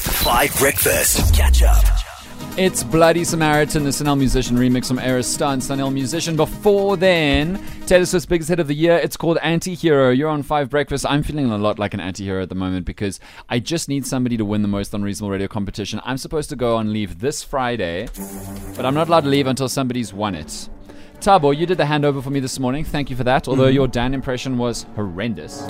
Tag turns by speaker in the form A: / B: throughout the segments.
A: Five Breakfast. Catch up.
B: It's Bloody Samaritan, the Sunil Musician remix from Era Star and Sunil Musician. Before then, Taylor Swift's biggest hit of the year. It's called Anti-Hero. You're on Five Breakfast. I'm feeling a lot like an anti-hero at the moment because I just need somebody to win the most unreasonable radio competition. I'm supposed to go on leave this Friday, but I'm not allowed to leave until somebody's won it. Tabo, you did the handover for me this morning. Thank you for that. Although your Dan impression was horrendous.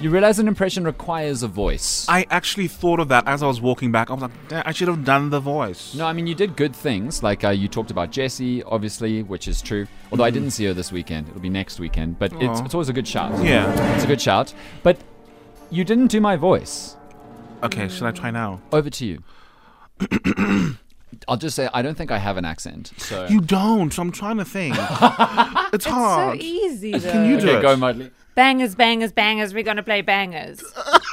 B: You realize an impression requires a voice.
C: I actually thought of that as I was walking back. I was like, "Damn, I should have done the voice.
B: No, I mean you did good things. Like uh, you talked about Jessie, obviously, which is true. Although I didn't see her this weekend; it'll be next weekend. But it's,
C: Mm-hmm. Aw.
B: it's always a good shout.
C: Yeah.
B: it's a good shout. But you didn't do my voice.
C: Okay, should I try now?
B: Over to you. I'll just say I don't think I have an accent. So
C: You don't. So I'm trying to think. it's
D: So
C: hard.
D: easy though.
C: Can you do
B: okay,
C: it?
B: go, Mudley.
D: bangers, bangers, bangers. We're gonna play bangers.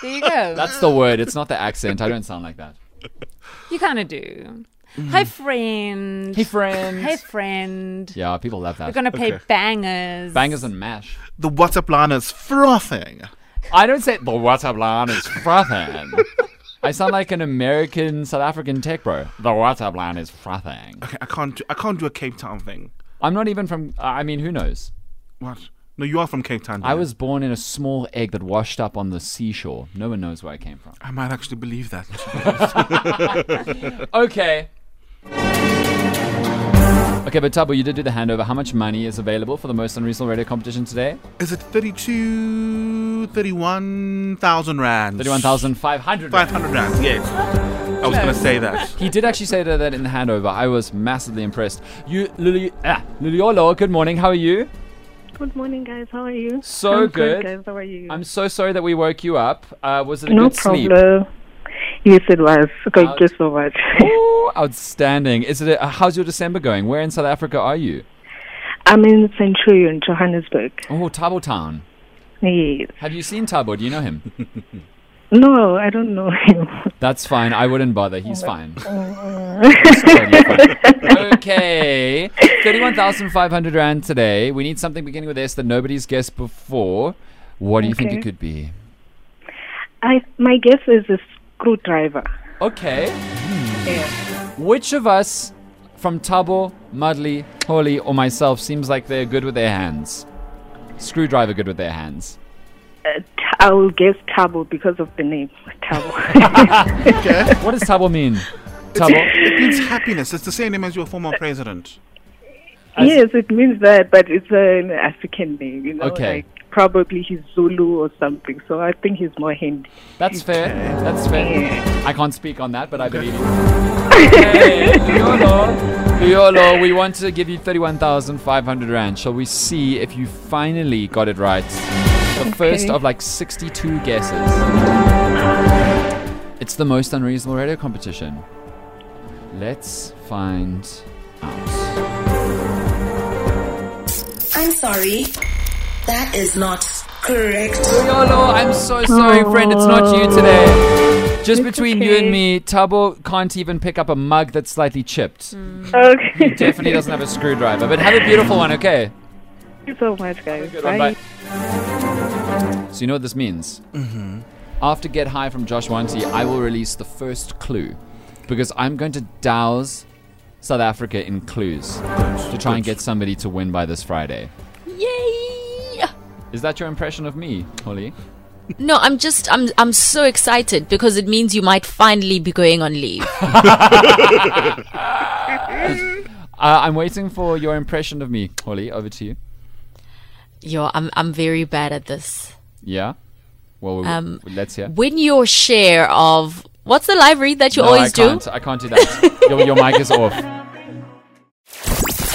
D: There you go.
B: That's the word. It's not the accent. I don't sound like that.
D: you kind of do. Hi friend.
B: Hey, friends.
D: Hey, friend.
B: yeah, people love that.
D: We're gonna play
C: Okay.
D: bangers.
B: Bangers and mash.
C: the WhatsApp line is frothing.
B: I don't say the WhatsApp line is frothing. I sound like an American South African tech bro. The WhatsApp line is frothing.
C: Okay, I can't. Do, I can't do a Cape Town thing.
B: I'm not even from. I mean, who knows?
C: What? No, you are from Cape Town.
B: I
C: dear.
B: was born in a small egg that washed up on the seashore. No one knows where I came from.
C: I might actually believe that.
B: Okay. Okay, but Tabo, you did do the handover. How much money is available for the most unreasonable radio competition today?
C: is it 32, 31,000 rands?
B: 31,500.
C: 500 rands, yes. I was going to say that.
B: He did actually say that in the handover. I was massively impressed. You, Lili, ah, Liliolo, good morning. How are you?
E: Good morning, guys. How are you?
B: So
E: I'm
B: good.
E: guys. How are you?
B: I'm so sorry that we woke you up. Uh, was it a
E: no
B: good sleep? Uh,
E: problem. Yes, it was. Thank
B: Out.
E: you so much.
B: Ooh, outstanding. Is it? A, how's your December going? Where in South Africa are you?
E: I'm in Centurion, Johannesburg.
B: Oh, Tabo Town.
E: Yes.
B: Have you seen Tabo? Do you know him?
E: No, I don't know him.
B: That's fine. I wouldn't bother. He's fine. He's totally fine. okay. 31,500 Rand today. We need something beginning with S that nobody's guessed before. What do you think it
E: Okay.
B: could be?
E: I my guess is a screwdriver.
B: Okay. Which of us from Tabo, Mudley, Holly, or myself seems like they're good with their hands? Screwdriver good with their hands.
E: T- I will guess Tabo because of the name Tabo.
B: What does Tabo mean? Tabo?
C: It means happiness. It's the same name as your former president.
E: yes, it means that, but it's an African name. You know,
B: Okay.
E: like probably he's Zulu or something. So I think he's more Hindi.
B: That's fair. That's fair. I can't speak on that, but I believe you. Okay, Yolo. Yolo, we want to give you 31,500 Rand. Shall we see if you finally got it right? The first
E: Okay.
B: of like 62 guesses. It's the most unreasonable radio competition. Let's find out.
F: I'm sorry. That is not correct.
B: Yolo, I'm so sorry, friend. It's not you today. Just between you and
E: okay.
B: me, Tabo can't even pick up a mug that's slightly chipped.
E: Okay.
B: Definitely doesn't have a screwdriver, but have a beautiful one, okay?
E: Thank you so much, guys.
B: Bye. So you know what this means? Mm-hmm. After Get High from Josh Wanty, I will release the first clue because I'm going to douse South Africa in clues to try and get somebody to win by this Friday.
G: Yay!
B: Is that your impression of me, Holly?
G: No, I'm just I'm I'm so excited because it means you might finally be going on leave.
B: Uh, I'm waiting for your impression of me, Holly. Over to you.
G: Yo, I'm I'm very bad at this.
B: Yeah. Well, we,
G: Um,
B: let's hear.
G: Win your share of what's the live read that you
B: No,
G: always
B: I can't.
G: do?
B: I can't do that. your, your mic is off.